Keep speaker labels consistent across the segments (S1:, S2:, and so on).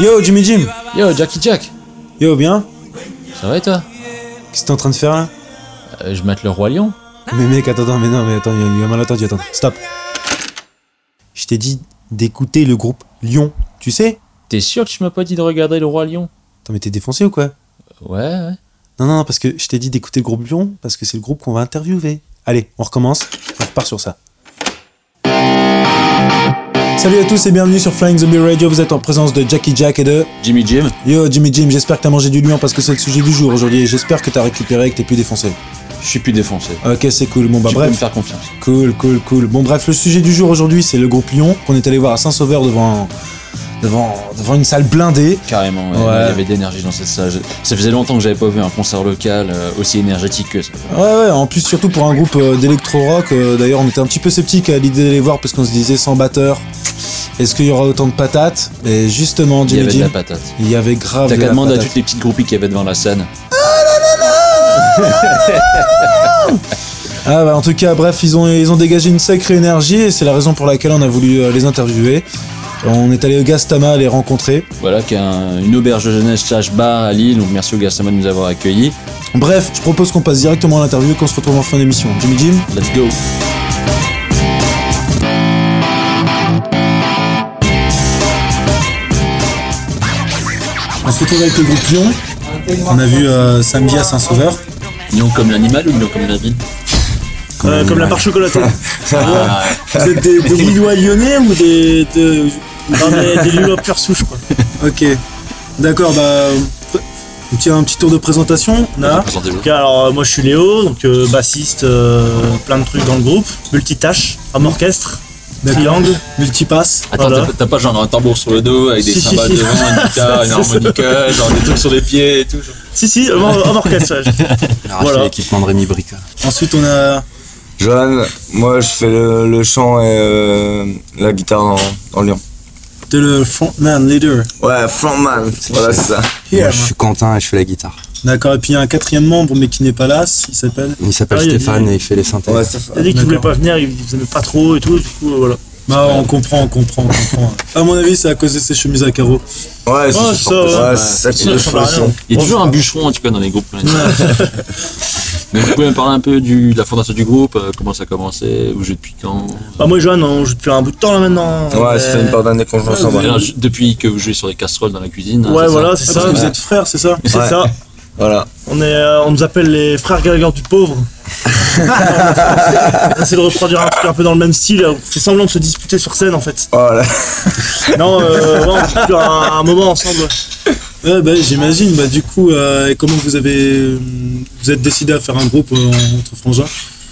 S1: Yo Jimmy Jim
S2: Yo, Jackie Jack
S1: Yo bien
S2: Ça va et toi
S1: Qu'est-ce que t'es en train de faire là
S2: Euh, Je mate le Roi Lion.
S1: Mais mec attends attends mais non mais attends il y a il y a un malentendu attends stop Je t'ai dit d'écouter le groupe Lyon tu sais
S2: T'es sûr que tu m'as pas dit de regarder le Roi Lion
S1: Attends mais t'es défoncé ou quoi
S2: Ouais, ouais.
S1: Non non non parce que je t'ai dit d'écouter le groupe Lyon parce que c'est le groupe qu'on va interviewer Allez on recommence on repart sur ça Salut à tous et bienvenue sur Flying Zombie Radio, vous êtes en présence de Jackie Jack et de
S2: Jimmy Jim
S1: Yo Jimmy Jim, j'espère que t'as mangé du lion parce que c'est le sujet du jour aujourd'hui et j'espère que t'as récupéré et que t'es plus défoncé.
S2: Je suis plus défoncé.
S1: Ok c'est cool, bon bah bref.
S2: faire confiance.
S1: Cool, cool, cool. Bon bref, le sujet du jour aujourd'hui, c'est le groupe Lyon qu'on est allé voir à Saint-Sauveur devant, devant, devant une salle blindée.
S2: Carrément, ouais.
S1: Ouais.
S2: il y avait d'énergie dans cette salle. Je- Ça faisait longtemps que j'avais pas vu un concert local euh, aussi énergétique que ça.
S1: Ouais, ouais, en plus surtout pour un groupe euh, d'électro-rock, euh, d'ailleurs on était un petit peu sceptique à l'idée d'aller voir parce qu'on se disait sans batteur, est-ce qu'il y aura autant de patates Et justement,
S2: Il y
S1: Jimmy
S2: avait de la
S1: Jim,
S2: patate.
S1: il y avait grave
S2: T'as
S1: de
S2: qu'à
S1: la
S2: demander à
S1: patate.
S2: toutes les petites groupies qu'il y avait devant la scène.
S1: Ah bah en tout cas, bref, ils ont, ils ont dégagé une sacrée énergie et c'est la raison pour laquelle on a voulu euh, les interviewer. On est allé au Gastama les rencontrer.
S2: Voilà, qu'un- une auberge de jeunesse slash bar à Lille, donc merci au Gastama de nous avoir accueillis.
S1: Bref, je propose qu'on passe directement à l'interview et qu'on se retrouve en fin d'émission. Jimmy Jim
S2: Let's go
S1: On se retrouve avec le groupe Lyon, qu'on a vu euh, samedi à Saint-Sauveur.
S2: Lion comme l'animal ou lion comme la ville
S3: Euh, comme la part chocolatée.
S1: Ah,
S2: Ah,
S3: Vous êtes des, des Lillois lyonnais ou des, de- non, mais des Lillois pure souche quoi.
S1: Ok, d'accord, bah. on tient un petit tour de présentation. Là.
S3: Ok, alors euh, moi je suis Léo, donc euh, bassiste, euh, plein de trucs dans le groupe, multitâche, homme orchestre, triangle,
S1: Multipass.
S4: Attends,
S3: Voilà.
S4: t'as pas- t'as pas genre un tambour sur le dos avec des
S3: Si, si,
S4: cymbales
S3: si.
S4: devant, une guitare, une
S3: C'est ça.
S4: harmonica, genre des trucs sur les pieds et tout. genre.
S3: si si, homme, homme orchestre. ouais. voilà.
S5: l'équipement de Rémi Brica.
S1: Ensuite, on a.
S6: Johan, moi je fais le, le chant et euh, la guitare dans, dans Lyon.
S1: T'es le frontman, leader.
S6: Ouais, frontman, voilà c'est ça.
S5: Moi, je suis Quentin et je fais la guitare.
S1: D'accord, et puis il y a un quatrième membre, mais qui n'est pas là, il s'appelle.
S5: Il s'appelle
S3: Ah, il y a
S5: Stéphane et il fait les synthés.
S6: Ouais, c'est ça.
S3: Il a dit qu'il voulait
S1: D'accord.
S3: pas venir, il vous aimait pas trop et tout, du coup euh, voilà.
S1: Bah, on comprend, on comprend, on comprend. À mon avis, c'est à cause de ses chemises à carreaux.
S6: Ouais, c'est
S3: Oh, ça, ouais.
S6: ouais, c'est ça qui me fait aussi.
S4: Il y a toujours un bûcheron en tout cas dans les groupes. qu'on a dit. Mais vous pouvez me parler un peu du, de la fondation du groupe, euh, comment ça a commencé, vous jouez depuis quand
S3: Bah, moi et Johan on joue depuis un bout de temps là maintenant. Euh,
S6: Ouais, ça fait une part d'année qu'on joue
S4: Vous
S6: ensemble.
S4: avez un- Depuis que vous jouez sur les casseroles dans la cuisine. hein,
S3: Ouais
S4: c'est ça
S3: voilà, c'est
S1: Ah, parce
S3: ça.
S1: que vous êtes frères, c'est ça
S3: C'est
S6: Ouais.
S3: ça.
S6: Voilà.
S3: On, est, euh, on nous appelle les frères Gallagher du pauvre. on essaie de reproduire un truc un peu dans le même style. On fait semblant de se disputer sur scène en fait.
S6: Voilà.
S3: Non, euh, ouais, on joue un, un moment ensemble.
S1: Ouais, bah, j'imagine. Bah, du coup, euh, et comment vous avez. euh, Vous êtes décidé à faire un groupe euh, entre frangins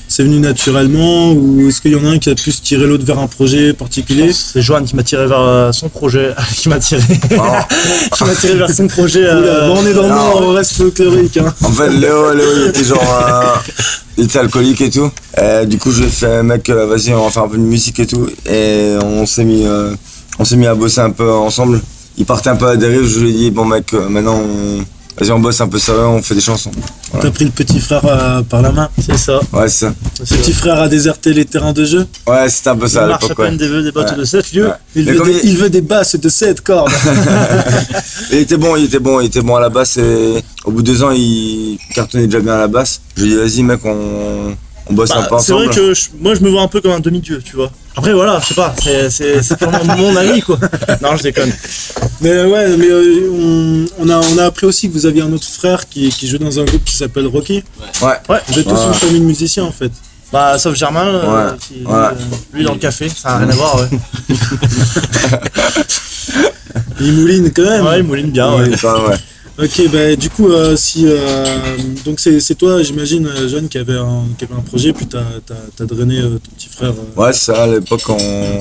S1: C'est venu naturellement ou est-ce qu'il y en a un qui a pu se tirer l'autre vers un projet particulier
S3: C'est Joanne qui m'a tiré vers euh, son projet. qui m'a tiré. qui m'a tiré vers son projet.
S1: Oula,
S3: euh,
S1: bon, on est dans le
S6: non.
S1: nord, on Ah reste folklorique. Hein.
S6: En fait, Léo, Léo, il était genre. euh, il était alcoolique et tout. Et du coup, j'ai fait, mec, euh, vas-y, on va faire un peu de musique et tout. Et on s'est mis, euh, on s'est mis à bosser un peu ensemble. Il partait un peu à la dérive, je lui ai dit, bon, mec, euh, maintenant, on- vas-y, on bosse un peu sérieux, on fait des chansons.
S1: T'as pris le petit frère euh, par la main.
S3: C'est ça.
S6: Ouais, c'est ça.
S1: Le petit frère a déserté les terrains de jeu.
S6: Ouais, c'était un peu ça à
S3: Il marche à
S6: l'époque, ouais.
S3: peine des vœux, des bottes
S6: Ouais.
S3: de 7 lieux.
S6: Ouais.
S1: Il,
S6: Mais
S1: veut
S6: comme
S1: des,
S6: il-
S1: il veut des basses de 7 cordes.
S6: Il était bon, il était bon, il était bon à la basse et au bout de deux ans il cartonnait déjà bien à la basse. Je lui ai dit vas-y mec on, on bosse un peu
S3: Bah, c'est
S6: ensemble.
S3: vrai que je- moi je me vois un peu comme un demi-dieu, tu vois. Après voilà, je sais pas, c'est- c'est c'est purement mon ami quoi. Non, je déconne.
S1: Mais ouais, mais euh, on, on a, on a appris aussi que vous aviez un autre frère qui, qui joue dans un groupe qui s'appelle Rocky.
S6: Ouais.
S3: Ouais.
S1: Vous êtes tous
S6: Ouais.
S1: une famille de musiciens en fait.
S3: Bah, sauf Germain, euh,
S6: Ouais,
S3: qui, lui,
S6: ouais.
S3: euh, lui dans le café, ça n'a rien à voir, ouais.
S1: Ils moulinent quand même.
S3: ouais, il mouline bien, Ah ouais.
S6: Oui, quand même, ouais.
S1: Ok, bah, du coup, euh, si, euh, donc c'est c'est toi, j'imagine, euh, Jeanne, qui avait, un, qui avait un projet, puis t'as as, drainé euh, ton petit frère. euh.
S6: Ouais, c'est ça à l'époque on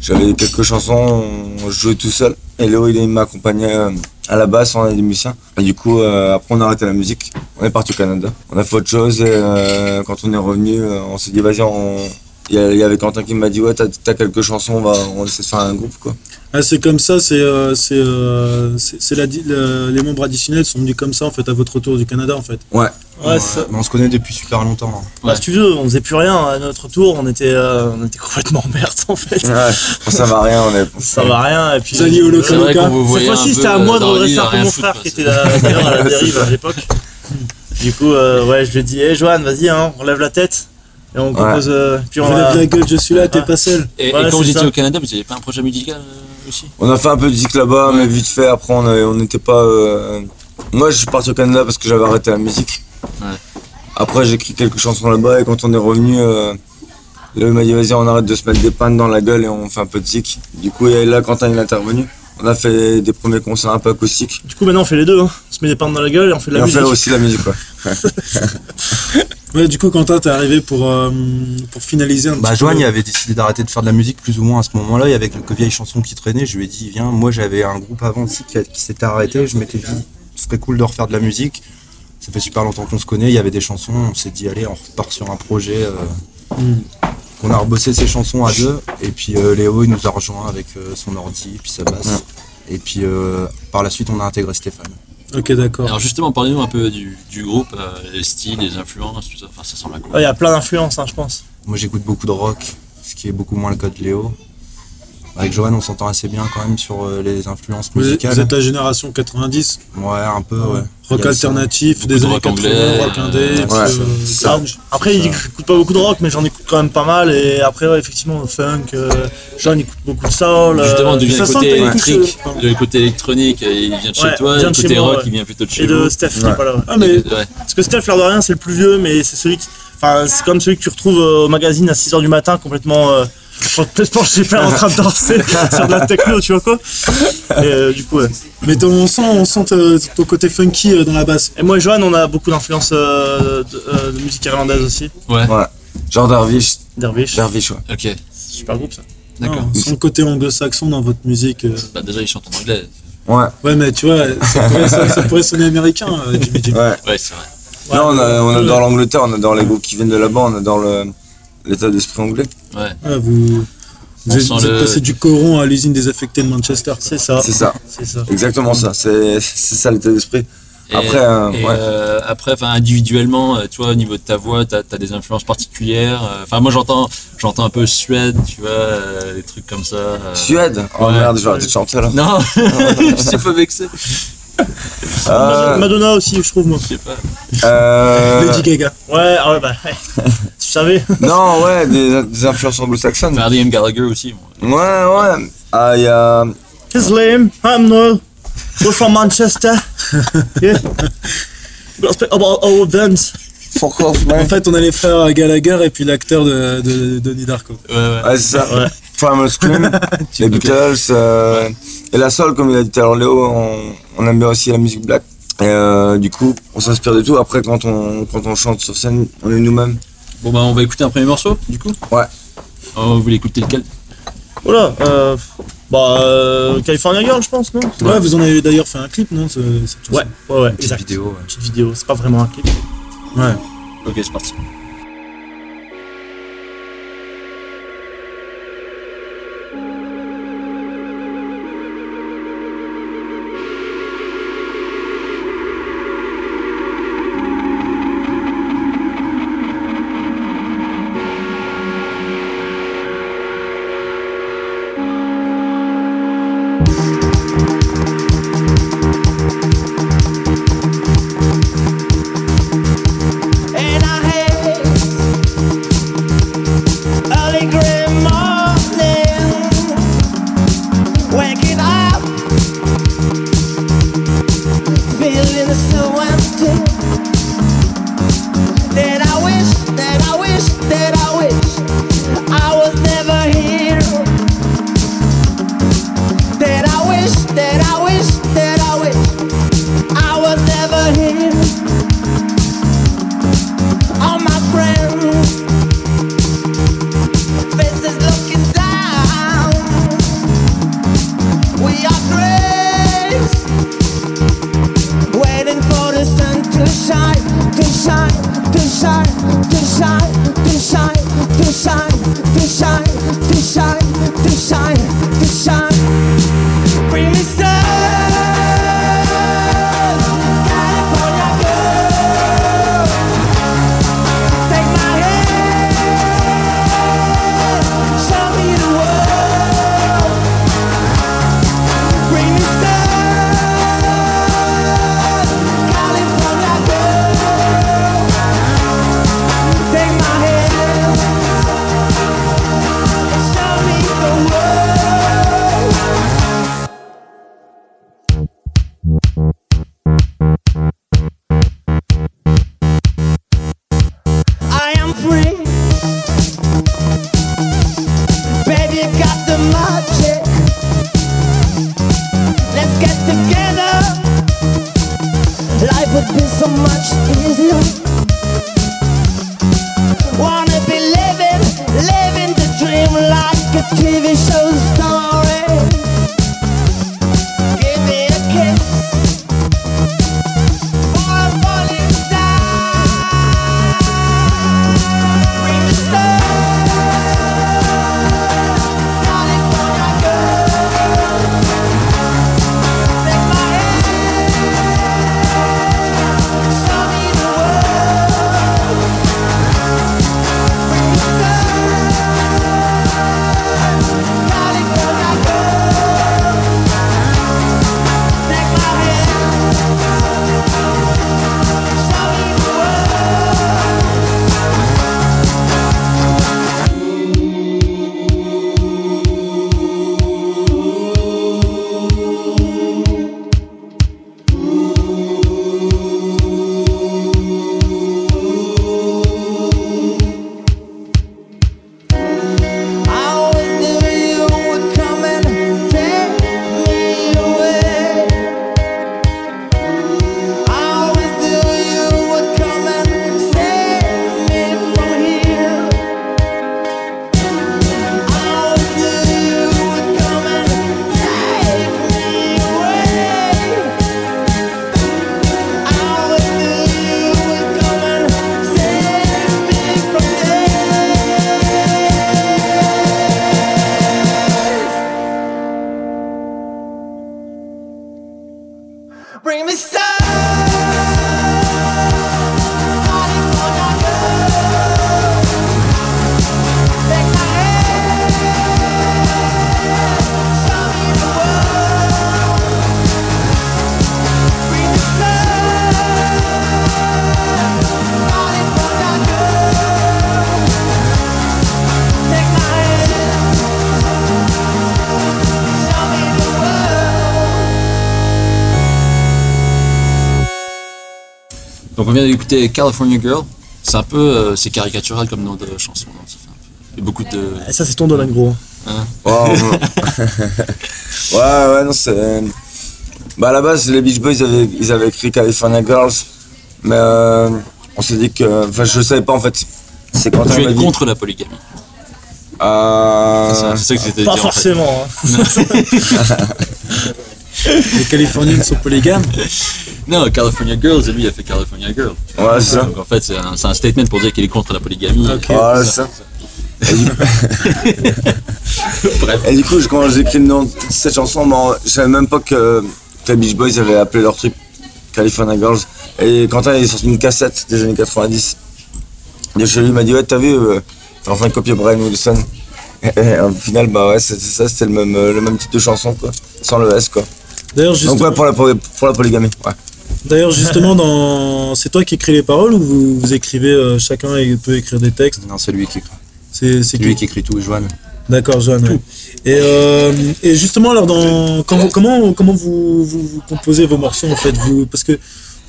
S6: J'avais quelques chansons, on jouait tout seul. Et Léo, il m'accompagnait euh, à la basse, on est des musiciens. Et du coup, euh, après, on a arrêté la musique. On est parti au Canada. On a fait autre chose. Et, euh, quand on est revenu, euh, on s'est dit, vas-y, on. Il y a- il y avait Quentin qui m'a dit, ouais, t'as t'as quelques chansons, on va on essaie de faire un groupe, quoi.
S1: Ah, c'est comme ça, c'est euh, c'est euh, c'est- c'est la, di- la- les membres additionnels sont venus comme ça en fait à votre retour du Canada en fait.
S6: Ouais.
S3: Ouais, ça-
S5: Mais on se connaît depuis super longtemps. hein.
S3: Bah, si tu veux, on faisait plus rien à notre tour, on était, euh, on était complètement en merde en fait.
S6: Ouais, on savait rien, on est.
S3: Ça va rien, et puis. euh,
S1: Vous alliez au local.
S2: C'est vrai qu'on vous
S3: Cette
S2: voyait. un
S3: fois-ci,
S2: peu,
S3: c'était à
S2: euh,
S3: moi de
S2: dans le
S3: redresser
S2: lit, à
S3: un peu
S2: rien
S3: mon
S2: foutre,
S3: frère
S2: quoi,
S3: qui
S2: c'est-
S3: était à, d'ailleurs à la dérive à l'époque. Du coup, euh, ouais, je lui ai dit, hé Johan, vas-y, hein, on lève la tête. Et on compose. euh, puis on
S1: Je lève
S3: a-
S1: la gueule, je suis là, t'es
S3: Ouais.
S1: pas seul.
S4: Et, et
S3: Ouais,
S4: quand vous
S3: c'est
S4: étiez
S3: ça.
S4: au Canada, vous n'avez pas un projet musical euh, aussi
S6: On a fait un peu de musique là-bas, mais vite fait, après, on a- on n'était pas. euh, Moi, je suis parti au Canada parce que j'avais arrêté la musique.
S4: Ouais.
S6: Après, j'ai écrit quelques chansons là-bas, et quand on est revenu, euh... Léo il m'a dit, vas-y, on arrête de se mettre des pannes dans la gueule et on fait un peu de zik. Du coup, et là, Quentin, il est intervenu. On a fait des premiers concerts un peu acoustiques.
S3: Du coup, maintenant, on fait les deux. hein. On se met des pintes dans la gueule et on fait de
S6: Et
S3: la
S6: on fait
S3: musique.
S6: aussi la musique, quoi.
S1: Ouais, du coup, Quentin, t'es arrivé pour, euh, pour finaliser un
S5: Bah,
S1: petit
S5: Joanne,
S1: peu.
S5: il avait décidé d'arrêter de faire de la musique plus ou moins à ce moment-là, et avec quelques vieilles chansons qui traînaient, je lui ai dit, viens, moi j'avais un groupe avant aussi qui, qui s'était arrêté, je m'étais dit, ce serait cool de refaire de la musique. Ça fait super longtemps qu'on se connaît, il y avait des chansons, on s'est dit, allez, on repart sur un projet. euh,
S1: Mm.
S5: On a rebossé ces chansons à deux, et puis euh, Léo, il nous a rejoint avec euh, son ordi, puis sa basse.
S1: Mm.
S5: Et puis euh, par la suite, on a intégré Stéphane.
S1: Ok, d'accord.
S4: Alors justement, parlez-nous un peu du, du groupe, euh, les styles, les influences, tout ça. Enfin, ça semble à quoi
S3: Ouais, Il y a plein d'influences, hein, je pense.
S5: Moi j'écoute beaucoup de rock, ce qui est beaucoup moins le cas de Léo. Avec Johan, on s'entend assez bien quand même sur euh, les influences
S1: Vous, êtes- vous
S5: musicales.
S1: êtes la génération 90,
S5: Ouais, un peu, ouais. Il
S1: rock
S5: y a ça.
S1: alternatif,
S4: Beaucoup
S1: des
S4: de
S1: années
S4: rock
S1: 80,
S4: anglais,
S1: rock indé,
S4: euh,
S1: puis,
S6: ouais,
S1: euh,
S3: Ah,
S1: grunge.
S3: Après, il dit que j'écoute pas beaucoup de rock, mais j'en écoute quand même pas mal. Et après, ouais, effectivement, le funk, euh, Johan écoute beaucoup de soul. euh,
S4: Justement, du
S3: ça sent que
S4: côté
S3: t'as une touche,
S4: électrique,
S3: euh,
S4: le côté électronique, euh, il vient de chez
S3: Ouais,
S4: toi,
S3: il vient
S4: le
S3: de
S4: côté
S3: chez moi,
S4: rock,
S3: ouais.
S4: il vient plutôt de chez
S3: Et
S4: vous.
S3: de Steph qui est pas là. ouais.
S1: Ah, mais
S4: Ouais.
S3: Parce que Steph, l'air de rien, c'est le plus vieux, mais c'est celui qui. Enfin, c'est comme celui que tu retrouves euh, au magazine à 6h du matin, complètement. Euh, complètement, je sais pas, en train de danser sur de la techno, tu vois quoi. Et euh, du coup, ouais.
S1: Mais t'en- on sent, on sent euh, ton côté funky euh, dans la basse.
S3: Et moi et Johan, on a beaucoup d'influence euh, de, euh, de musique irlandaise aussi.
S6: Genre Darvish.
S3: Dervish,
S6: Darvish, ouais.
S4: Ok,
S3: super groupe ça.
S4: d'accord.
S1: Non, Ah, on sent le côté anglo-saxon dans votre musique. euh.
S4: Bah, déjà, ils chantent en anglais.
S6: Ouais,
S1: Ouais, mais tu vois, ça pourrait, ça- ça pourrait sonner américain, euh, Jimmy Jimmy.
S6: ouais.
S4: Ouais, c'est vrai.
S6: Là, on, a, on adore l'Angleterre, on adore les groupes qui viennent de là-bas, on adore le- l'état d'esprit anglais.
S1: Ah, vous vous
S4: On
S1: êtes,
S4: sent
S1: vous êtes
S4: le-
S1: passé du coron à l'usine des affectés de Manchester. quoi.
S3: C'est ça,
S6: C'est ça.
S3: c'est ça.
S6: Exactement ça, c'est c'est ça l'état d'esprit.
S4: Et-
S6: Après, euh,
S4: Et
S6: ouais.
S4: euh, après, enfin individuellement, euh, toi au niveau de ta voix, t'as as des influences particulières. euh, Enfin moi j'entends, j'entends un peu Suède, tu vois, euh, des trucs comme ça. euh.
S6: Suède Oh
S4: ouais.
S6: merde, je vais arrêter de chanter là.
S4: Non, je suis un peu vexé.
S6: Euh,
S3: Madonna aussi, je trouve, moi.
S4: Je sais pas.
S6: euh,
S1: Lady Gaga.
S3: Ouais, ah ouais, bah, ouais. tu savais.
S6: non, ouais, des, des influences anglo-saxonnes.
S4: Enfin, Liam Gallagher aussi. bon.
S6: Ouais, ouais. Ah, il y a.
S3: His name, I'm Noel. We're from Manchester. Yeah. We respect about our bands.
S6: Fuck off,
S1: En
S6: man.
S1: fait, on a les frères Gallagher et puis l'acteur de, de, de Donnie Darko.
S4: Ouais, ouais.
S6: Ouais, c'est ça.
S3: Ouais.
S6: Primal Scream, les Beatles. euh, et la soul, comme il a dit tout à l'heure, Léo, on, on aime bien aussi la musique black. Et euh, du coup, on s'inspire de tout. Après, quand on, quand on chante sur scène, on est nous-mêmes.
S4: Bon bah on va écouter un premier morceau du coup.
S6: Ouais.
S4: Oh, vous voulez écouter lequel
S3: Voilà, euh, bah, euh, California Girl, je pense, non
S1: Ouais, vous en avez d'ailleurs fait un clip, non ce- cette chanson
S3: Ouais, ouais, ouais,
S5: Petite
S3: exact.
S5: vidéo, ouais.
S3: Petite vidéo, c'est pas vraiment un clip.
S4: Ok c'est parti.
S7: And I hate early gray morning. Waking up, feeling so empty. That I wish, that I wish, that I wish I was never here. That I wish, that I wish, that I wish I was never here all my friends. Faces looking down. desire, desire, desire, desire, desire, desire, desire, desire, desire, desire. Bring me sun, California girl. Take my hand, show me the world. Bring me sun, California girl. Take my hand, show me the world. I am free. Baby, you got the magic. Let's get together. Life would be so much easier. Wanna be living, living the dream like a TV show story. Give me a kiss. Or I'm falling down. I always knew you would come and take me away. I always knew you would come and save me from here. I always knew you would come and take me away. I always knew you would come and save me from here. Bring me sun. California girl. Take my hand. Show me the world. Bring me sun. California girl. Take my hand. Show me the world.
S4: Donc on vient d'écouter California Girl. C'est un peu, euh, c'est caricatural comme nom de chanson. non Ça fait un peu- Il y a beaucoup de.
S3: Et
S1: Eh,
S3: Ça, c'est ton domaine, gros.
S6: Ouais, on- hein. ouais, ouais, non, c'est. Bah, à la base, les Beach Boys, ils avaient, ils avaient écrit California Girls. Mais euh, on s'est dit que. Enfin, je savais pas en fait. C'est quand
S4: Tu
S6: m'a
S4: es
S6: dit.
S4: contre la polygamie.
S6: Euh,
S4: C'est ça que j'étais dire,
S3: Pas
S4: en fait.
S3: forcément. hein.
S1: Les Californiens sont polygames.
S4: Non, California Girls, et lui, il a fait California Girl.
S6: Ouais, c'est ça.
S4: Donc en fait, c'est un, c'est un statement pour dire qu'il est contre la polygamie. Euh,
S6: Voilà, c'est ça.
S4: Bref.
S6: Et du coup, je- quand j'ai écrit le nom de cette chanson, moi, je savais même pas que, que les Beach Boys avaient appelé leur truc California Girls. Et Quentin, il est sorti une cassette des années 90 de chez lui. Il m'a dit Ouais, t'as vu, euh, t'es en train de copier Brian Wilson. Et au final, bah ouais, c'était ça, c'était le même, euh, le même titre de chanson, quoi. Sans le S, quoi.
S1: D'ailleurs, justement,
S6: Donc, ouais, pour la, poly- pour la polygamie. Ouais.
S1: d'ailleurs, justement, dans... c'est toi qui écris les paroles ou vous, vous écrivez euh, chacun et peut écrire des textes
S5: Non, c'est lui qui écrit.
S1: C'est c'est
S5: C'est
S1: qui
S5: lui qui écrit tout, Joanne.
S1: D'accord, Johan. ouais. Et, euh, et justement, alors, dans, quand- comment, comment vous, vous, vous composez vos morceaux en fait vous, Parce que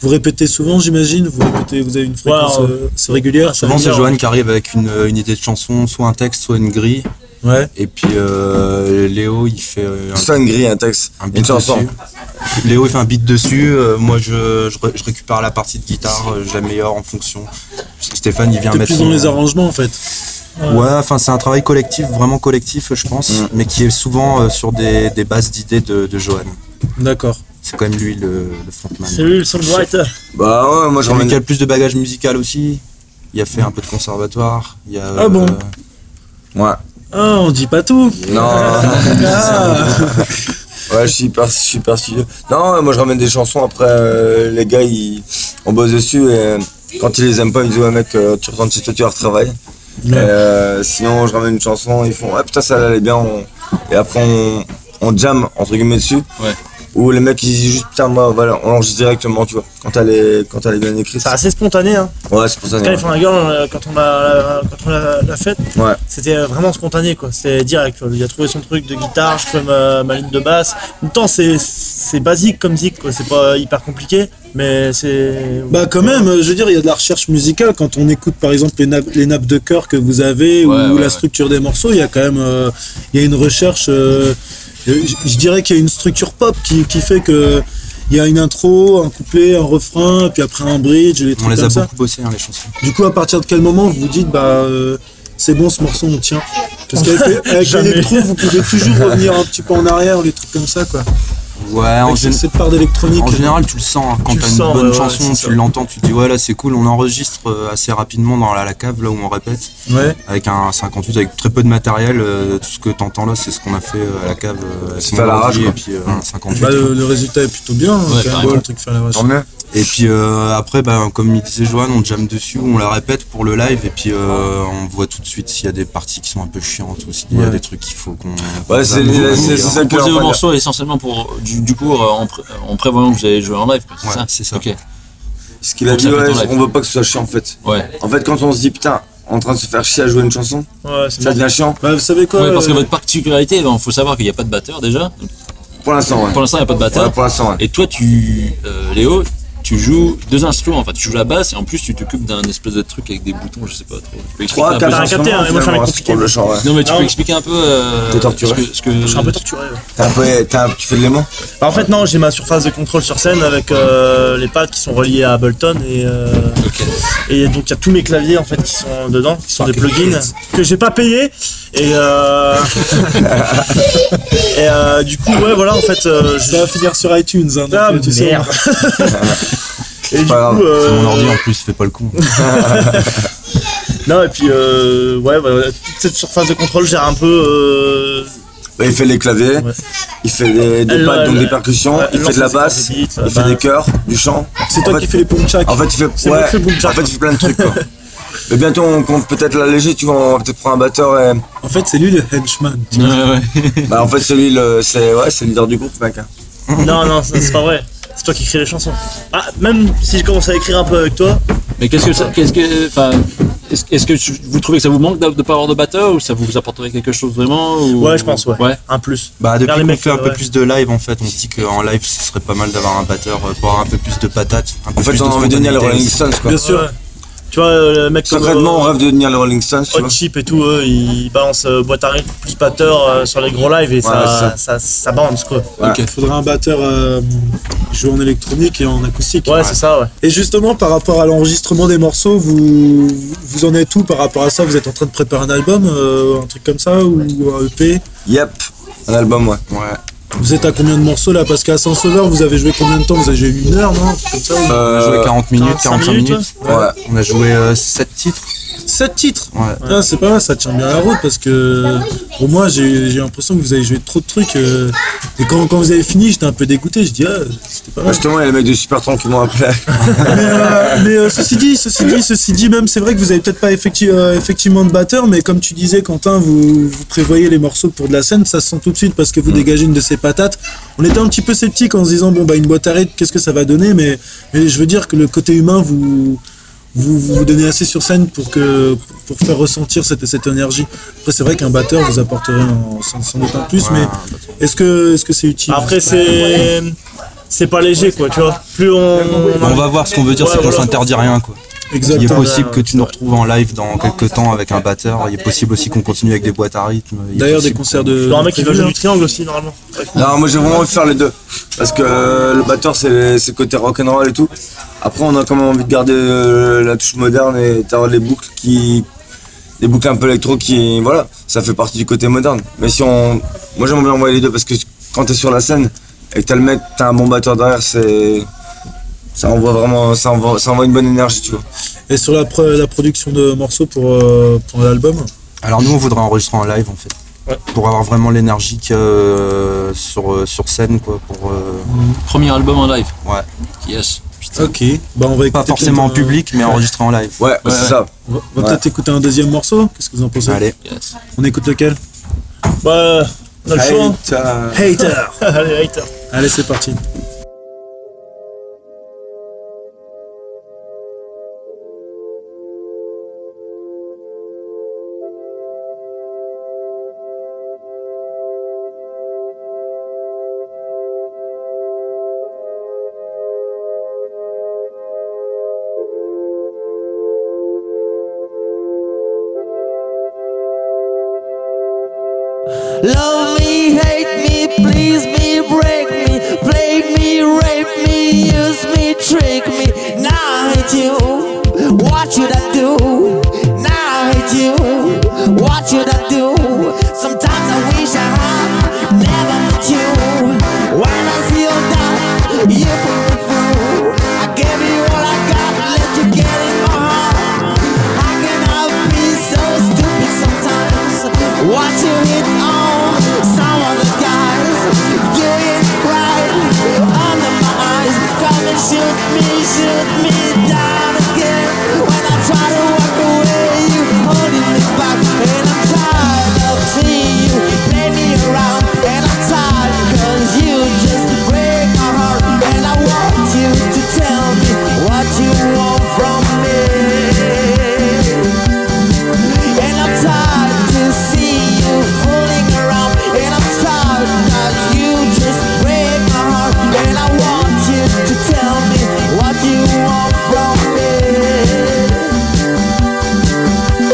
S1: vous répétez souvent, j'imagine, vous répétez, vous avez une fréquence
S3: Ouais,
S1: euh, c'est régulière. ça
S5: Ah, Souvent,
S1: veut
S5: c'est
S1: dire-
S5: Joanne qui arrive avec une, une idée de chanson, soit un texte, soit une grille.
S1: Ouais.
S5: Et puis euh, Léo, il fait euh, un,
S6: Ça, une grille, un texte,
S5: un beat
S6: une chanson.
S5: dessus. Léo, il fait un beat dessus. euh, moi, je, je, ré- je récupère la partie de guitare, euh, je l'améliore en fonction. Stéphane, il vient
S1: T'es
S5: mettre.
S1: plus dans
S5: son-
S1: les arrangements en fait.
S5: Ouais, enfin, c'est un travail collectif, vraiment Mm. collectif, je pense, mais qui est souvent euh, sur des, des bases d'idées de, de Johan.
S1: D'accord.
S5: C'est quand même lui le, le frontman.
S3: C'est lui le songwriter.
S6: Bah ouais, moi je
S5: Celui
S6: ramène.
S5: qui a le plus de bagage musical aussi. Il a fait un peu de conservatoire. Il y a, euh,
S3: Ah bon
S6: Ouais.
S1: Ah, on dit pas tout.
S6: Non,
S1: Ah.
S6: ouais, je suis hyper, je suis hyper studieux. Non, moi je ramène des chansons, après euh, les gars, ils, on bosse dessus et euh, quand ils les aiment pas, ils disent ouais mec, euh, tu retournes chez toi, tu vas retravailler. Et, euh, sinon, je ramène une chanson, ils font ah putain, ça là, elle est bien, on- et après on, on jam entre guillemets dessus.
S4: Ouais.
S6: Ou les mecs ils disent juste putain, moi voilà, on l'enregistre directement, tu vois, quand elle est, quand elle est bien écrite.
S3: C'est assez spontané, hein.
S6: Ouais, c'est pour ça. ouais.
S3: California Girl, euh, quand on l'a quand on l'a- l'a faite,
S6: Ouais.
S3: c'était euh, vraiment spontané, quoi. C'était direct. quoi. Il a trouvé son truc de guitare, je fais ma, ma ligne de basse. En même temps, c'est- c'est basique comme zik, quoi. C'est pas hyper compliqué, mais c'est.
S1: Bah quand même, euh, je veux dire, il y a de la recherche musicale. Quand on écoute par exemple les nappes, les nappes de chœur que vous avez
S4: Ouais,
S1: ou
S4: ouais,
S1: la
S4: ouais.
S1: structure des morceaux, il y a quand même euh, il y a une recherche. euh, euh, je- je dirais qu'il y a une structure pop qui, qui fait que il y a une intro, un couplet, un refrain, puis après un bridge, et les
S5: On
S1: trucs
S5: les a
S1: comme ça.
S5: beaucoup bossés, hein, les chansons.
S1: Du coup, à partir de quel moment vous vous dites bah euh, c'est bon ce morceau on tient Parce qu'avec avec
S3: Jamais.
S1: l'électro, vous pouvez toujours revenir un petit peu en arrière, les trucs comme ça quoi.
S5: Ouais, en,
S1: Avec
S5: gén-
S1: cette part d'électronique. euh,
S5: en général, tu le sens. hein, Quand
S3: Tu
S5: t'as
S3: le
S5: une
S3: sens,
S5: bonne
S3: ouais, ouais,
S5: chanson,
S3: c'est ça.
S5: tu l'entends, tu te dis ouais, là c'est cool. On enregistre euh, assez rapidement dans la, la cave, là où on répète.
S1: Ouais.
S5: Avec un 58, avec très peu de matériel. euh, tout ce que t'entends là, c'est ce qu'on a fait euh, à la cave. euh, avec
S6: C'est
S5: mon
S6: à l'arrache,
S5: ordi,
S6: quoi.
S5: Et puis euh, un 58.
S1: Bah, le, le résultat est plutôt bien, hein,
S4: Ouais,
S1: quand même,
S4: carrément.
S1: le truc faire la vache.
S6: Tant mieux.
S5: Et puis euh, après, bah, comme il disait Johan, on jamme dessus, on la répète pour le live et puis euh, on voit tout de suite s'il y a des parties qui sont un peu chiantes ou s'il y a
S1: Ouais.
S5: des trucs qu'il faut qu'on.
S6: Ouais, c'est c'est- c'est
S5: qu'on-
S6: ça que
S4: Composer
S6: leur
S4: vos
S6: manière.
S4: morceaux essentiellement pour, du, du coup, euh, en, pré- en prévoyant que vous allez jouer en live, quoi, c'est
S5: Ouais,
S4: ça
S5: c'est ça.
S4: Ok,
S6: Ce qu'il a
S4: Donc,
S6: dit,
S4: ça fait
S6: ouais,
S4: ton live.
S6: on veut pas que ce soit chiant en fait.
S4: ouais.
S6: En fait, quand on se dit putain, en train de se faire chier à jouer une chanson,
S3: Ouais, c'est
S6: ça devient chiant.
S1: Bah, vous savez quoi
S4: Ouais, parce que
S1: euh,
S4: votre particularité, il faut savoir qu'il n'y a pas de batteur déjà. Donc,
S6: Pour l'instant, ouais.
S4: Pour l'instant, il n'y a pas de
S6: Ouais,
S4: batteur.
S6: pour l'instant, ouais.
S4: Et toi, tu, euh, Léo, tu joues deux instruments. Enfin, tu joues la basse et en plus, tu t'occupes d'un espèce de truc avec des boutons, je sais pas trop. Tu peux expliquer un
S6: Trois,
S4: peu
S6: quatre
S3: t'as
S4: ça
S3: capté, hein,
S6: instruments,
S3: mais moi, ça m'est
S6: finalement,
S3: compliqué.
S6: pour le genre, ouais.
S4: Non, mais tu
S3: Non.
S4: peux expliquer un peu. euh,
S6: T'es torturé.
S4: ce que- ce que-
S3: Ah. Je suis un peu torturé. ouais.
S6: T'es un peu- t'es un- tu fais de l'aimant
S3: Bah, en fait, non, j'ai ma surface de contrôle sur scène avec euh, les pads qui sont reliés à Ableton et. euh,
S4: Ok.
S3: Et donc il y a tous mes claviers en fait qui sont dedans, qui sont des plugins que j'ai pas payé. Et, euh... et euh, du coup ouais voilà en fait euh, je
S1: Ça va finir sur iTunes. Hein, donc,
S3: Ah,
S1: euh, tu sais,
S3: merde. et du coup,
S6: pas grave,
S5: C'est
S3: euh,
S5: mon ordi en plus, fais pas le con.
S3: non et puis euh, ouais, bah, toute cette surface de contrôle gère un peu. Euh,
S6: Il fait les claviers,
S3: Ouais.
S6: il fait des, des
S3: Elle,
S6: pattes,
S3: elle,
S6: donc des
S3: elle,
S6: percussions,
S3: ouais,
S6: il
S3: elle
S6: fait de la
S3: lance ses
S6: basse,
S3: cordes vite, la
S6: il fait des
S3: basse.
S6: chœurs, du chant.
S1: C'est toi
S6: En
S1: qui
S6: fait-
S1: fais les ponchaks.
S6: En fait, il fait,
S3: C'est moi
S6: ouais,
S3: qui fais le boom
S6: en
S3: jack.
S6: fait, il fait plein de trucs, quoi. Mais bientôt, on compte peut-être l'alléger, tu vois, on va peut-être prendre un batteur et...
S1: En fait, c'est lui le henchman. tu vois.
S4: Ouais, ouais.
S6: Bah, en fait, celui, le- c'est, ouais, c'est le leader du groupe, mec. hein.
S3: non non ça, c'est pas vrai. C'est toi qui écris les chansons. Ah même si je commence à écrire un peu avec toi,
S4: Mais qu'est-ce que ça. Qu'est-ce que. Enfin. Est-ce est-ce que tu- vous trouvez que ça vous manque de ne pas avoir de batteur ou ça vous apporterait quelque chose vraiment ou-
S3: Ouais, je pense, ouais.
S4: Ouais,
S3: un plus.
S5: Bah
S3: Vers les
S5: depuis qu'on
S3: mecs,
S5: fait un
S3: euh,
S5: peu
S3: ouais.
S5: plus de live en fait, on se dit qu'en live ce serait pas mal d'avoir un batteur euh, pour avoir un peu plus de patates. Un peu
S6: En fait,
S5: plus
S6: on a envie de devenir les
S5: spontanéité
S6: Rolling
S5: aussi.
S6: Stones, quoi.
S1: Bien sûr.
S3: Ouais. Tu vois euh, le mec comme,
S6: Secrètement,
S3: euh,
S6: on rêve de devenir les Rolling Stones, tu
S3: Hot
S6: vois.
S3: Chip et tout, eux, ils balancent euh, boîte à rythme plus batteur euh, sur les gros lives et
S6: Ouais,
S3: ça,
S6: c'est
S3: ça, ça bounce quoi.
S6: Ouais.
S1: Il faudrait un batteur euh, jouer en électronique et en acoustique.
S3: Ouais, c'est ça, ouais.
S1: Et justement, par rapport à l'enregistrement des morceaux, vous, vous en êtes où par rapport à ça Vous êtes en train de préparer un album, euh, un truc comme ça, ou un EP
S6: Yep, un album, ouais.
S5: Ouais.
S1: Vous êtes à combien de morceaux là Parce qu'à Saint-Sauveur, vous avez joué combien de temps Vous avez joué une heure, non Un truc comme ça ou-
S5: On a
S6: Euh,
S5: joué 40 minutes, 45 minutes.
S6: Ouais.
S5: On a joué 7 titres.
S1: Sept titres
S5: Ouais.
S1: Ah, c'est pas mal, ça tient bien la route parce que pour moi j'ai j'ai l'impression que vous avez joué trop de trucs euh, et quand, quand vous avez fini j'étais un peu dégoûté, je dis ah c'était pas
S6: Bah,
S1: mal.
S6: Justement, il y a les mecs de Super Tramp qui m'ont appelé.
S1: mais euh, mais, euh, ceci dit, ceci dit, ceci dit même c'est vrai que vous avez peut-être pas effecti- euh, effectivement de batteur mais comme tu disais Quentin vous, vous prévoyez les morceaux pour de la scène, ça se sent tout de suite parce que vous
S3: Mm.
S1: dégagez une de ces patates. On était un petit peu sceptique en se disant bon bah une boîte à rythme qu'est-ce que ça va donner mais, mais je veux dire que le côté humain vous vous vous vous donnez assez sur scène pour que pour faire ressentir cette, cette énergie. Après c'est vrai qu'un batteur vous apporterait en- sans, sans doute un plus, mais est-ce que est-ce que c'est utile
S3: Après, c'est. C'est pas léger quoi, tu vois. Plus on.
S5: Bon, on va voir ce qu'on veut dire,
S3: Ouais,
S5: c'est qu'on
S3: voilà.
S5: s'interdit rien quoi. Il est
S1: Exactement.
S5: possible que tu nous retrouves en live dans quelques temps avec un batteur. Il est possible aussi qu'on continue avec des boîtes à rythme. Il est
S1: D'ailleurs des
S5: possible
S1: concerts
S5: qu'on-
S1: de.
S3: Genre un mec qui va
S1: prévus,
S3: jouer
S1: hein.
S3: du triangle aussi, normalement.
S6: Non, moi j'ai vraiment envie de faire les deux. Parce que euh, le batteur, c'est c'est le côté rock'n'roll et tout. Après, on a quand même envie de garder euh, la touche moderne et d'avoir les boucles qui. Les boucles un peu électro qui. Voilà, ça fait partie du côté moderne. Mais si on. Moi j'aimerais bien envoyer les deux parce que quand t'es sur la scène, et que t'as le mec, t'as un bon batteur derrière, c'est. Ça envoie vraiment. Ça envoie, ça envoie une bonne énergie, tu vois.
S1: Et sur la, pro- la production de morceaux pour, euh, pour l'album
S5: Alors nous, on voudrait enregistrer en live en fait.
S3: Ouais.
S5: Pour avoir vraiment l'énergie que, euh, sur, euh, sur scène, quoi. Pour, euh,
S4: Premier album en live.
S5: Ouais.
S4: Yes.
S1: Ok, bah on va écouter.
S5: pas forcément en
S1: peut-être un-
S5: public, mais enregistré en live.
S6: Ouais,
S4: Ouais,
S6: c'est
S4: ouais.
S6: ça.
S1: On va, on va peut-être écouter un deuxième morceau Qu'est-ce que vous en pensez
S5: Allez,
S4: Yes.
S1: On écoute lequel
S3: Bah, on a le choix. hein.
S1: Hater
S3: Allez, hater.
S1: Allez, c'est parti.
S7: Love me, hate me, please me, break me, play me, rape me, use me, trick me. Now I hate you. What should I do? Now I hate you. What should I do? Sometimes I wish I had never met you. When I see you down, you put me through. I gave you all I got, let you get it all. How can I be so stupid sometimes? Watch you hit on some other guys. You hit right under my eyes. Come and shoot me, shoot me down again. When I try to walk away, you holding me back. And I'm tired of seeing you play me around. And I'm tired cause you just break my heart. And I want you to tell me what you want from me. And I'm tired to see you fooling around. And I'm tired that you just break my heart. And I want you to tell me what you want from me.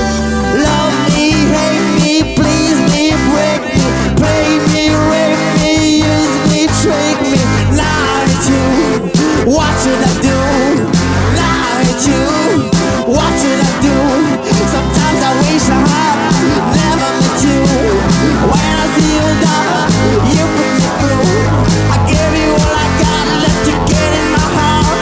S7: Love me, hate me, please me, break me, play me, rape me, use me, trick me. Lie to you, what should I do? Lie to you, what should I do? Sometimes I wish I had never met you. When I see you down, you bring me through. I gave you all I got, left you get in my heart.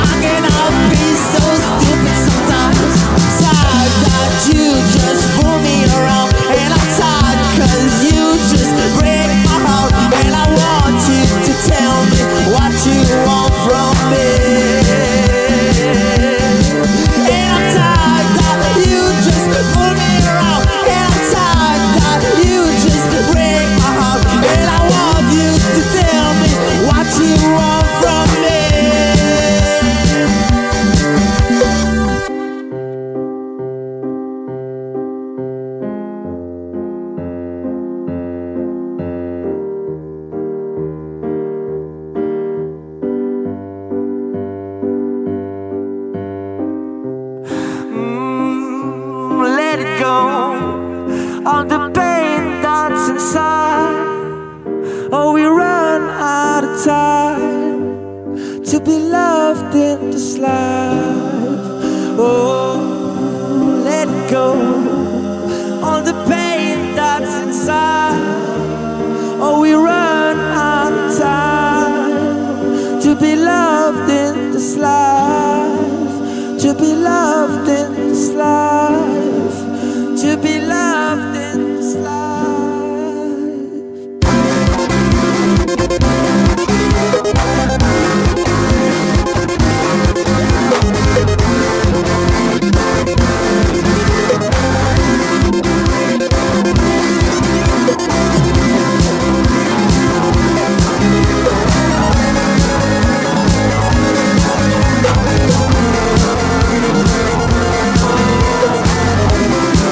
S7: I cannot be so stupid sometimes. Sad that you just fool me around, and I'm sad 'cause you just break my heart. And I want you to tell me what you want from me. And I'm tired that you just fool me around, and I'm tired that you just break my heart. And I want you to tell me what you want from me. Mm, let it go. All the pain that's inside. Oh, we run out of time to be loved in this life. Oh, let it go. All the pain that's inside. Oh, we run out of time to be loved in this life to be loved in this life, to be loved in this life.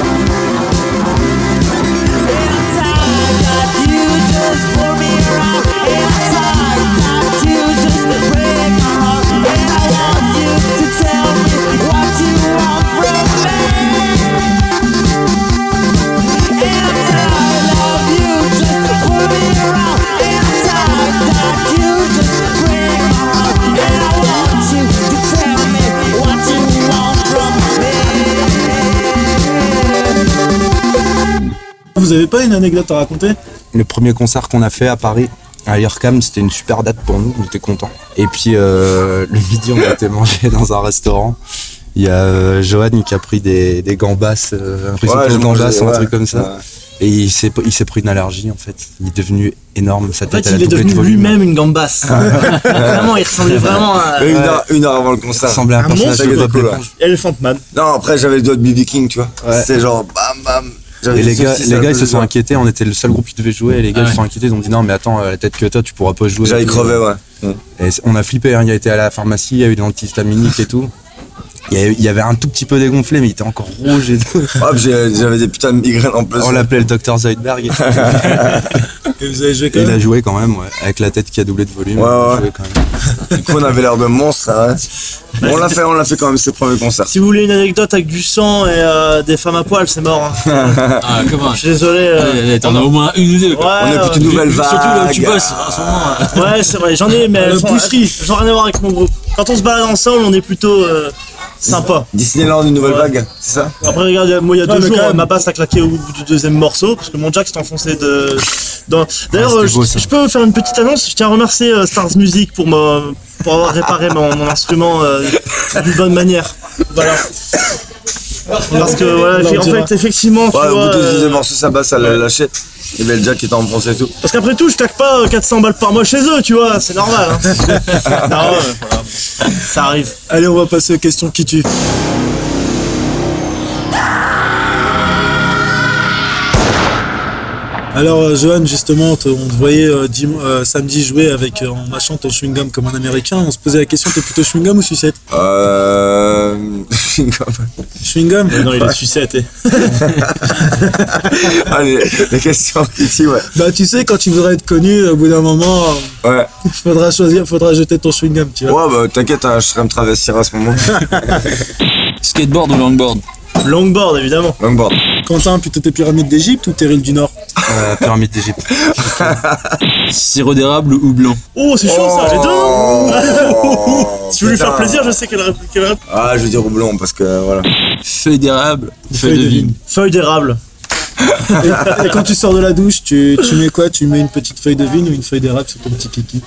S1: Vous avez pas une anecdote à raconter
S5: le premier concert qu'on a fait à Paris, à l'IRCAM, c'était une super date pour nous, on était contents. Et puis euh, le midi, on a été manger dans un restaurant. Il y a euh, Johan qui a pris des, des gambas, euh, un risotto
S6: Ouais, je
S5: aux gambas,
S6: mangeais,
S5: ou un
S6: ouais.
S5: truc comme ça. Et il s'est il s'est pris une allergie en fait. Il est devenu énorme, sa
S3: En fait,
S5: tête elle a
S3: il est
S5: doublé de
S3: devenu
S5: volume. Ah.
S3: lui-même une gambasse. vraiment, il ressemblait vraiment à
S1: Ah.
S6: Ouais. Une, heure, une heure avant le
S5: Ça
S6: concert.
S5: ressemblait à un,
S3: Un
S5: personnage
S6: monstre,
S5: de
S6: quoi,
S5: Bob
S6: cool,
S5: l'éponge.
S3: Elephant Man.
S6: Non, après j'avais le doigt de BB King, tu vois.
S5: Ouais.
S6: C'est genre bam bam. J'avais
S5: Et les
S6: des
S5: gars,
S6: saucisses
S5: les
S6: à
S5: gars ils
S6: tous
S5: se sont
S6: doigts.
S5: inquiétés, on était le seul groupe qui devait jouer, et les gars
S4: Ah
S5: ils se
S4: ouais.
S5: sont inquiétés, ils ont dit non mais attends, euh, la tête que t'as, tu pourras pas jouer.
S6: J'avais
S5: Et tout.
S6: crevé, ouais. Ouais.
S5: Et c- on a flippé, hein. il a été à la pharmacie, il y a eu de l'antihistaminique et tout. Il y, a eu- il y avait un tout petit peu dégonflé, mais il était encore rouge et tout.
S6: Hop, j'ai- j'avais des putains de migraines en plus.
S5: On l'appelait le docteur Zoidberg.
S1: Et vous avez joué
S5: Et
S1: quand
S5: il a
S1: même
S5: joué quand même, ouais. avec la tête qui a doublé de volume.
S6: Ouais,
S5: il a
S6: ouais.
S5: joué quand même.
S6: Du coup, on avait l'air de monstres. hein. On l'a fait, on l'a fait quand même ce premier concert.
S3: Si vous voulez une anecdote avec du sang et euh, des femmes à poil, c'est mort. hein.
S4: Ah, comment
S3: Je suis désolé. euh,
S4: Allez, allez, T'en as au moins une ou deux. quoi.
S6: On
S3: ouais,
S6: est
S3: ouais.
S6: plus une nouvelle vague.
S4: Surtout là où tu bosses en ce moment. hein.
S3: Ouais, c'est vrai, j'en ai, mais elles
S1: La
S3: sont-
S1: boucherie.
S3: elles- j'en ai rien à voir avec mon groupe. Quand on se balade ensemble, on est plutôt euh, sympa.
S6: Disneyland, une nouvelle
S3: Ouais.
S6: vague, c'est ça
S3: Après, regarde, moi, il y a
S1: Ouais,
S3: deux
S1: mais
S3: jours,
S1: quand même.
S3: ma basse a claqué au bout du deuxième morceau, parce que mon jack s'est enfoncé de. dans- D'ailleurs,
S5: c'était
S3: euh, je-
S5: beau, ça.
S3: je, peux faire une petite annonce. Je tiens à remercier euh, Stars Music pour, me- pour avoir réparé mon, mon instrument euh, d'une bonne manière. Voilà. Parce que, voilà,
S1: Non,
S3: en
S1: tu vois.
S3: fait, effectivement, tu
S6: Ouais, au
S3: vois,
S6: bout du
S3: euh,
S6: deuxième morceau, ça basse, elle l'a lâché. Et ben, le Jack était en français et tout.
S3: Parce qu'après tout, je claque pas euh, 400 balles par mois chez eux, tu vois, c'est normal. hein. non, ouais, voilà. Ça arrive.
S1: Allez, on va passer aux questions qui tuent. Alors, euh, Johan, justement, te- on te voyait euh, dim- euh, samedi jouer avec, euh, en mâchant ton chewing-gum comme un américain. On se posait la question, t'es plutôt chewing-gum ou sucette
S6: Euh.
S1: Chewing-gum
S3: Euh,
S1: Bah,
S3: Non, il est sucette. eh.
S6: Allez, les questions ici, ouais.
S1: Bah, tu sais, quand tu voudras être connu, au bout d'un moment, euh,
S6: Ouais,
S1: faudra choisir, faudra jeter ton chewing-gum, tu vois.
S6: ouais bah t'inquiète, hein, je serai me travestir à ce moment.
S2: Skateboard ou longboard
S3: Longboard, évidemment.
S6: Longboard.
S1: Quentin, plutôt tes pyramides d'Égypte ou tes ruines du Nord
S5: Euh, pyramide d'Égypte.
S2: Sirop d'érable ou blanc
S3: Oh, c'est chaud ça, les deux
S6: Oh,
S3: Si vous lui faire
S6: putain.
S3: plaisir, je sais quelle réplique. quelle réplique.
S6: Ah, je vais dire roublon parce que voilà.
S2: Feuille d'érable
S1: feuille
S2: Feuille de
S1: de
S2: vigne
S3: Feuille d'érable.
S1: et, et quand tu sors de la douche, tu, tu mets quoi Tu mets une petite feuille de vigne ou une feuille d'érable sur ton petit kiki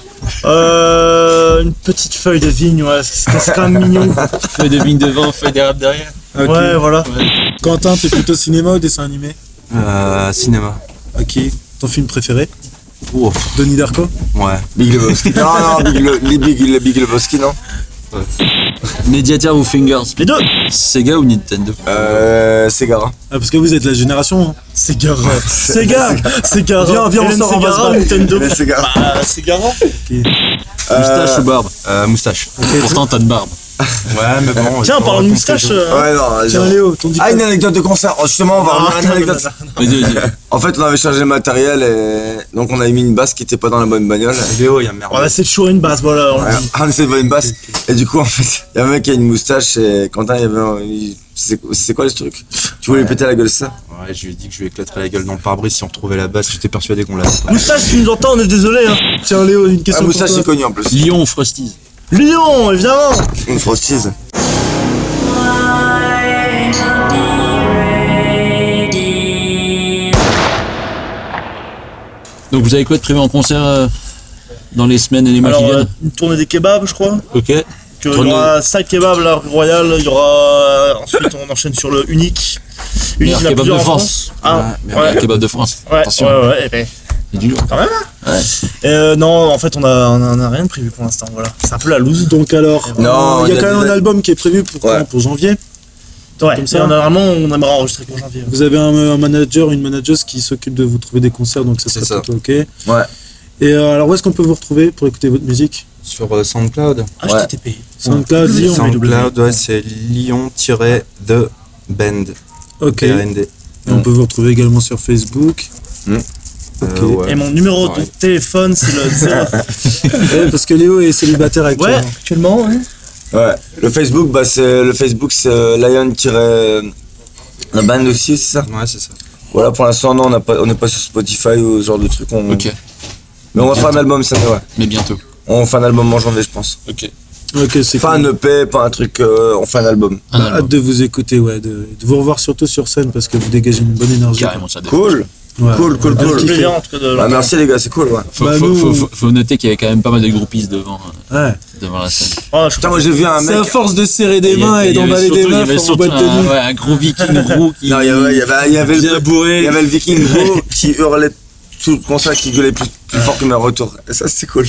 S3: Euh, une petite feuille de vigne, ouais, c'est c'est quand même mignon.
S4: Feuille de vigne devant, feuille d'érable derrière.
S1: Ok.
S3: Ouais, voilà.
S1: Quentin, t'es plutôt cinéma ou dessin animé
S5: Euh, cinéma.
S1: Ok. Ton film préféré
S5: Oh, pff,
S1: Denis Darko
S5: ouais.
S6: Big Lebowski. non, non, Big, Le, les Big, les Big Lebowski, non
S2: Mediateur ou fingers
S3: Les deux
S2: Sega ou Nintendo
S6: Euh. Segara.
S1: Ah, parce que vous êtes la génération. hein.
S3: C'est garant. C'est garant. C'est garant.
S1: Viens, viens, on
S3: Hélène
S1: sort, on va se
S3: Ségara,
S1: battre.
S3: Nintendo.
S6: Les Segara.
S3: Ah, c'est garant.
S2: Moustache ou barbe
S5: Euh, moustache.
S2: Pourtant t'as de barbe.
S5: Ouais, mais bon.
S3: Tiens, parlant
S5: on
S3: de
S5: raconte
S3: moustache.
S5: quelque chose.
S3: euh,
S6: Ouais, non,
S1: Tiens,
S6: genre-
S1: Léo, ton
S6: Ah,
S1: dicton.
S6: une anecdote de concert. Oh, justement, on va
S3: ah,
S6: revenir à une anecdote.
S2: Vas-y, vas-y.
S6: En fait, on avait changé le matériel et donc on avait mis une basse qui était pas dans la bonne bagnole.
S5: Euh, Léo, il y a merde.
S3: On va essayer de chouer une base, voilà, on le dit.
S6: Ah, on essaie de voir une basse. Et du coup, en fait, il y a un mec qui a une moustache et Quentin, il y avait un- il- C'est c'est quoi ce truc Tu voulais lui péter la gueule, c'est ça
S5: Ouais, je lui ai dit que je lui éclaterais la gueule dans le pare-brise si on retrouvait la basse. J'étais persuadé qu'on l'avait.
S3: Moustache, si tu nous entends, on est désolé. Hein.
S1: Tiens, Léo, une
S6: La
S1: question pour
S6: Ah, moustache,
S1: toi.
S6: c'est connu en plus.
S2: Lion ou Frosties
S3: Lyon, évidemment.
S6: Une frostise.
S2: Donc vous avez quoi de prévu en concert euh, dans les semaines et les mois qui
S3: Alors, euh,
S2: viennent
S3: une tournée des kebabs, je crois.
S2: Ok.
S3: Que il y
S2: Tournée.
S3: aura 5 kebabs, la rue Royale. Il y aura. euh, Ensuite, on enchaîne sur le Unique.
S2: Meilleur
S3: il y en a
S2: kebab
S3: plusieurs
S2: de
S3: en
S2: France.
S3: Ah, ouais.
S2: Ouais, Kebab de France.
S3: Ouais,
S2: Attention,
S3: ouais, ouais, eh ben.
S2: c'est du lourd.
S3: Et, euh, non, en fait, on a, on a- on a rien de prévu pour l'instant. Voilà, c'est un peu la loose.
S1: Donc alors,
S6: Non,
S1: euh, il y
S6: il y a
S1: a quand même
S6: des-
S1: un album qui est prévu pour,
S6: Ouais.
S1: quand pour janvier.
S3: Ouais,
S1: Comme
S3: comme
S1: ça.
S3: ça, on a vraiment, on aimerait enregistrer pour janvier.
S1: Vous avez un, un manager, une manageuse qui s'occupe de vous trouver des concerts, donc ça
S5: C'est
S1: sera
S5: ça.
S1: plutôt ok. Ouais. Et euh, alors, où est-ce qu'on peut vous retrouver pour écouter votre musique
S5: Sur euh, SoundCloud.
S6: Ouais.
S3: HTTP.
S1: SoundCloud,
S3: Ouais.
S1: Ah, Lyon,
S5: SoundCloud, ouais, c'est Lyon-The Band.
S1: Ok. Et
S5: BND.
S1: on peut vous retrouver également sur Facebook.
S6: Mm.
S1: Ok.
S5: Euh, ouais.
S3: Et mon numéro de
S5: Ouais.
S3: Oh, téléphone, c'est le 0.
S1: Ouais, parce que Léo est célibataire
S3: ouais,
S1: actuellement.
S3: actuellement, ouais.
S6: Ouais. Le Facebook, bah, c'est le Facebook, c'est euh, lion la bande aussi, c'est ça
S5: Ouais, c'est ça.
S6: Voilà, pour l'instant, non, on n'a pas- on n'est pas, sur Spotify ou ce genre de truc.
S3: Mm.
S6: On...
S2: Ok,
S6: Mais on va faire un album, ça, ouais.
S2: mais bientôt.
S6: On fait un album en janvier, je pense.
S2: Ok.
S1: Ok, c'est
S6: Pas
S1: cool.
S6: un EP, pas un truc, euh, on fait un album.
S2: Un
S3: Bah,
S4: Ah,
S1: Hâte
S2: album.
S3: euh,
S1: de vous écouter, ouais, de, de vous revoir surtout sur scène parce que vous dégagez une bonne énergie.
S2: Carrément, ça dépend.
S6: Cool
S1: Ouais.
S6: Cool, cool,
S3: Un
S6: cool.
S3: petit plaisir, en tout cas, de
S6: Ah, merci les gars, c'est cool, ouais.
S4: Faut,
S1: Bah,
S4: faut-
S1: nous-
S4: faut- faut- faut noter qu'il y avait quand même pas mal de groupistes devant, euh,
S1: Ouais.
S4: devant la scène.
S3: Oh, je-
S6: Putain, moi j'ai vu un
S1: C'est à
S6: mec.
S1: force de serrer des
S4: Il y a-
S1: mains et
S4: il y avait
S1: d'emballer des
S4: surtout- il y avait
S1: meufs en
S4: surtout
S1: boîte de
S4: un-
S1: nuit.
S4: ouais, un gros viking roux qui.
S6: Non, il y avait, il y avait, il y avait
S1: Bien
S6: le, il y
S1: bourré.
S6: avait le viking gros qui hurlait tout comme ça, qui gueulait plus, plus fort que mes retours. Et ça, c'était cool.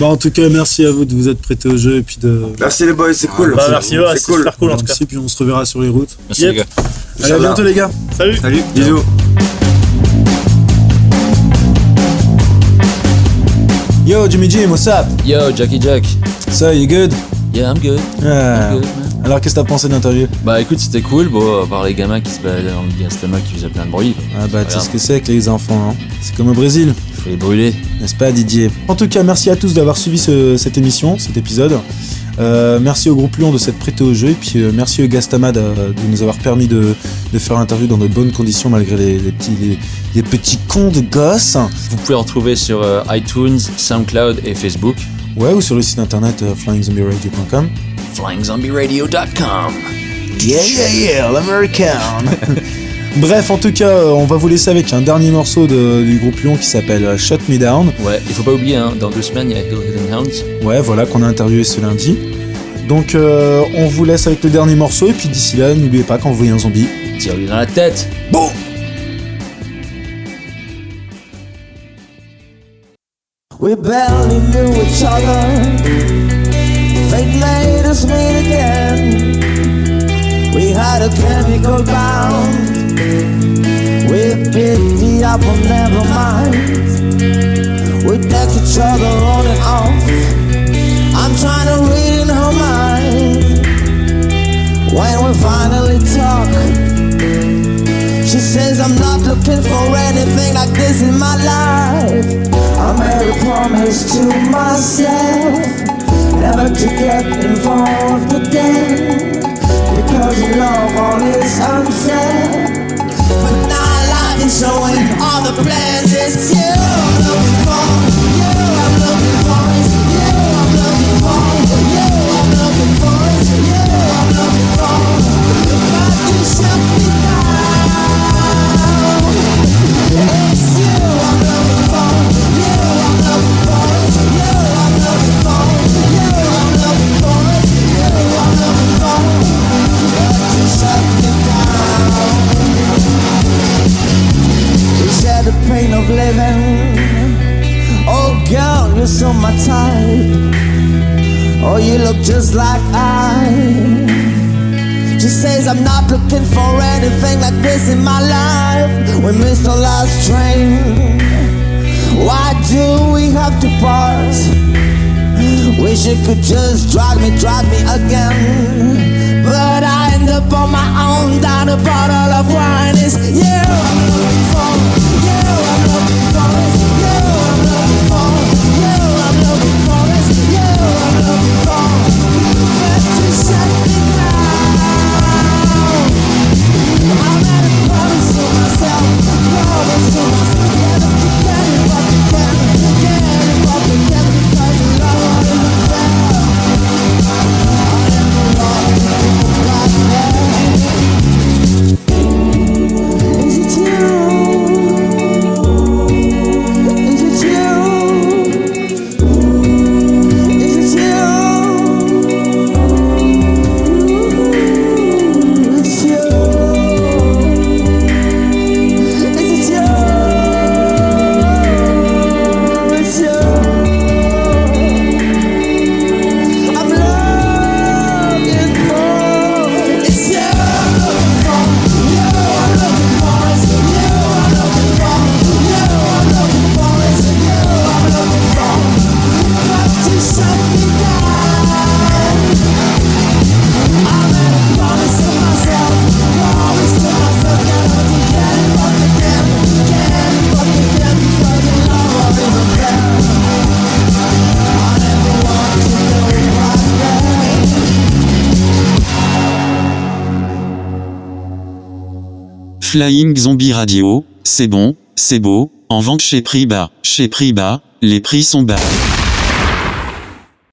S1: Bah, en tout cas, merci à vous de vous être prêté au jeu et puis de.
S6: Merci les boys, c'est cool.
S3: Bah, merci, ouais, c'est
S6: c'est cool.
S3: super cool en tout cas.
S1: Merci, puis on se reverra sur les routes.
S4: Merci
S3: Yep.
S4: les gars.
S1: Allez, à
S6: Inch'Allah.
S1: bientôt, les gars.
S3: Salut!
S5: Salut.
S6: Bisous.
S1: Yo, Jimmy Jim, what's up?
S2: Yo, Jackie Jack.
S1: So, you good?
S2: Yeah, I'm good.
S1: Ah.
S2: I'm good, man.
S1: Alors, qu'est-ce que t'as pensé de l'interview?
S2: Bah écoute, c'était cool. Bon, à part les gamins qui se baladaient dans le Gastama qui faisaient plein de bruit,
S1: Ah, bah, tu sais
S2: Regarde.
S1: ce que c'est que les enfants, hein. C'est comme au Brésil.
S2: il faut les brûler.
S1: n'est-ce pas Didier En tout cas, merci à tous d'avoir suivi ce- cette émission, cet épisode. Euh, merci au groupe Lyon de s'être prêté au jeu et puis euh, merci au Gastama d'a- de, nous avoir permis de, de faire l'interview dans de bonnes conditions malgré les, les petits, les, les petits cons de gosses.
S2: Vous pouvez en retrouver sur euh, iTunes, SoundCloud et Facebook.
S1: Ouais, ou sur le site internet euh, flyingzombieradio.com.
S2: FlyingZombieRadio.com.
S1: Yeah, yeah, yeah, l'American Bref, en tout cas, euh, on va vous laisser avec un dernier morceau de- du groupe Lyon qui s'appelle euh, Shut Me Down.
S2: Ouais, il faut pas oublier, hein, dans deux semaines, il y a Hill Hidden Hounds.
S1: Ouais, voilà, qu'on a interviewé ce lundi. Donc, euh, on vous laisse avec le dernier morceau, et puis d'ici là, n'oubliez pas, quand vous voyez un zombie,
S2: Tire-lui dans la tête.
S7: We barely knew each other. Fate made us meet again. We had a chemical bound. We picked it up on never mind. We text each other on and off. I'm trying to read in her mind. When we finally talk, she says I'm not looking for anything like this in my life. I made a promise to myself never to get involved again because love all is unfair. But now life is showing all the plans it's you I'm looking for. You I'm looking for. It's you I'm looking for. You I'm looking for. It's you I'm looking for. But you shut me down. It's you I'm looking for. You I'm looking for. It's you I'm looking for. You I'm looking for. It's you I'm looking for. But you shut me down. You share the pain of living. Oh, girl, you're so my type. Oh, you look just like I. She says I'm not looking for anything like this in my life. We missed our last train. Why do we have to part? Wish you could just drag me, drag me again. But I end up on my own down a bottle of wine. It's you I'm looking for. You I'm looking for. It's you I'm looking for. You I'm looking for. It's you I'm looking for. But you shut me down. I made a promise to myself, promise to myself. Yeah, but you can't, but you can't, you can't, but you can't because love is fair. I never loved anyone like that. Is it you? Is it you? Is it you? It's you. Is it you? It's you. I'm looking for. It's you. I'm looking for. You. I'm looking for. It's you. I'm looking for. You. I'm looking for. It's you. I'm looking for. But you shut me down. I made a promise to myself. Promise to myself. That I would get it up again. Get it up again. Because your love is a prayer. I never want to go back there.
S8: Flying Zombie Radio, c'est bon, c'est beau, en vente chez Prix Bas. Chez Prix Bas, les prix sont bas.